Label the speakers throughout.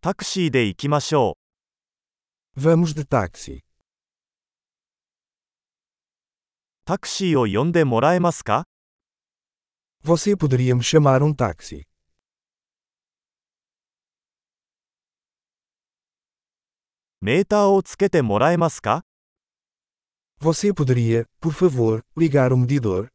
Speaker 1: タクシーで行きましょ
Speaker 2: Vamos de táxi.
Speaker 1: う。タクシーを呼んでもらえますか
Speaker 2: Você poderia me chamar um táxi?
Speaker 1: メーターをつけてもらえますか
Speaker 2: Você poderia, por favor, ligar o medidor?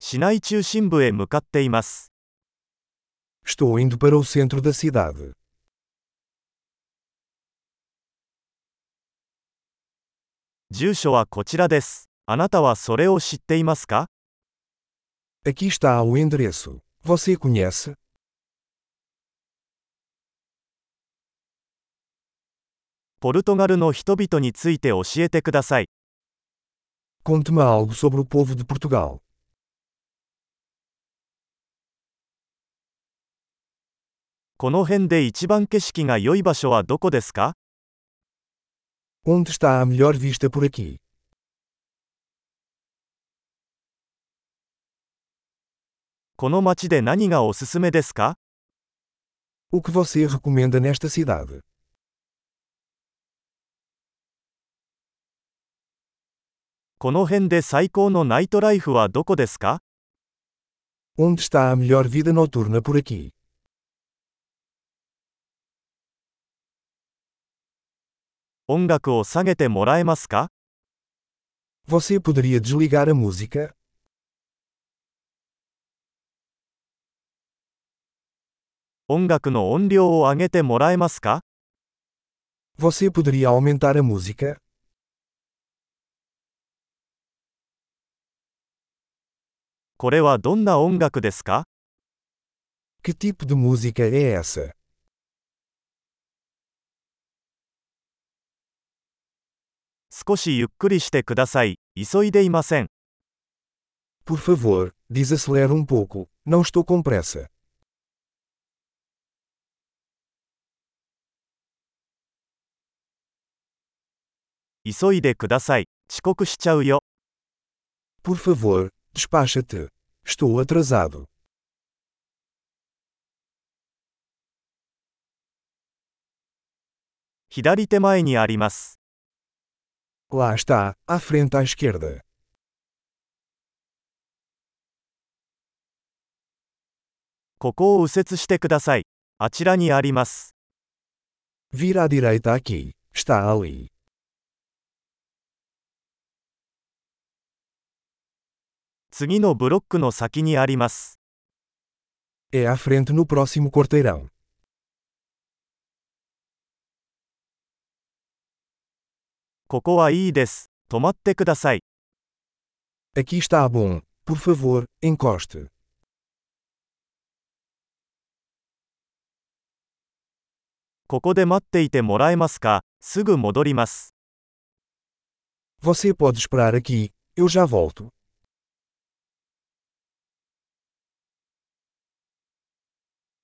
Speaker 1: 市内中心部へ向かっています。
Speaker 2: Estou indo para o centro da cidade.
Speaker 1: 住所はこちらです。あなたはそれを知っていますか
Speaker 2: Aqui está o endereço. Você conhece?
Speaker 1: ポルトガルの人々について教えてください。
Speaker 2: Conte-me algo sobre o povo de Portugal.
Speaker 1: この辺で一番景色が良い場所はどこですか
Speaker 2: Onde está a melhor vista por aqui?
Speaker 1: この街で何がおすすめですか
Speaker 2: O que você recomenda nesta cidade?
Speaker 1: この辺で最高のナイトライフはどこですか
Speaker 2: Onde está a melhor vida noturna por aqui?
Speaker 1: 音楽を下げてもらえますか
Speaker 2: Você poderia desligar a música?
Speaker 1: 音楽の音量を上げてもらえますか
Speaker 2: Você poderia aumentar a música?
Speaker 1: これはどんな音楽ですか
Speaker 2: Que tipo de música é essa?
Speaker 1: 少しゆっくりしてください。急いでいません。
Speaker 2: Por favor, desacelera um pouco, não estou com pressa.
Speaker 1: 急いでください。遅刻しちゃうよ。
Speaker 2: Por favor, despacha-te. Estou atrasado.
Speaker 1: 左手前にあります。
Speaker 2: Lá está, à frente à esquerda.
Speaker 1: ここを右折してください。あちらにあります。
Speaker 2: Vira à direita aqui. Está ali.
Speaker 1: 次のブロックの先にあります。
Speaker 2: É à frente no próximo corteirão.
Speaker 1: ここはいいです。止まってください。
Speaker 2: Aqui está bom. Por favor, encoste.
Speaker 1: ここで待っていてもらえますかすぐ戻ります。
Speaker 2: Você pode esperar aqui, eu já volto.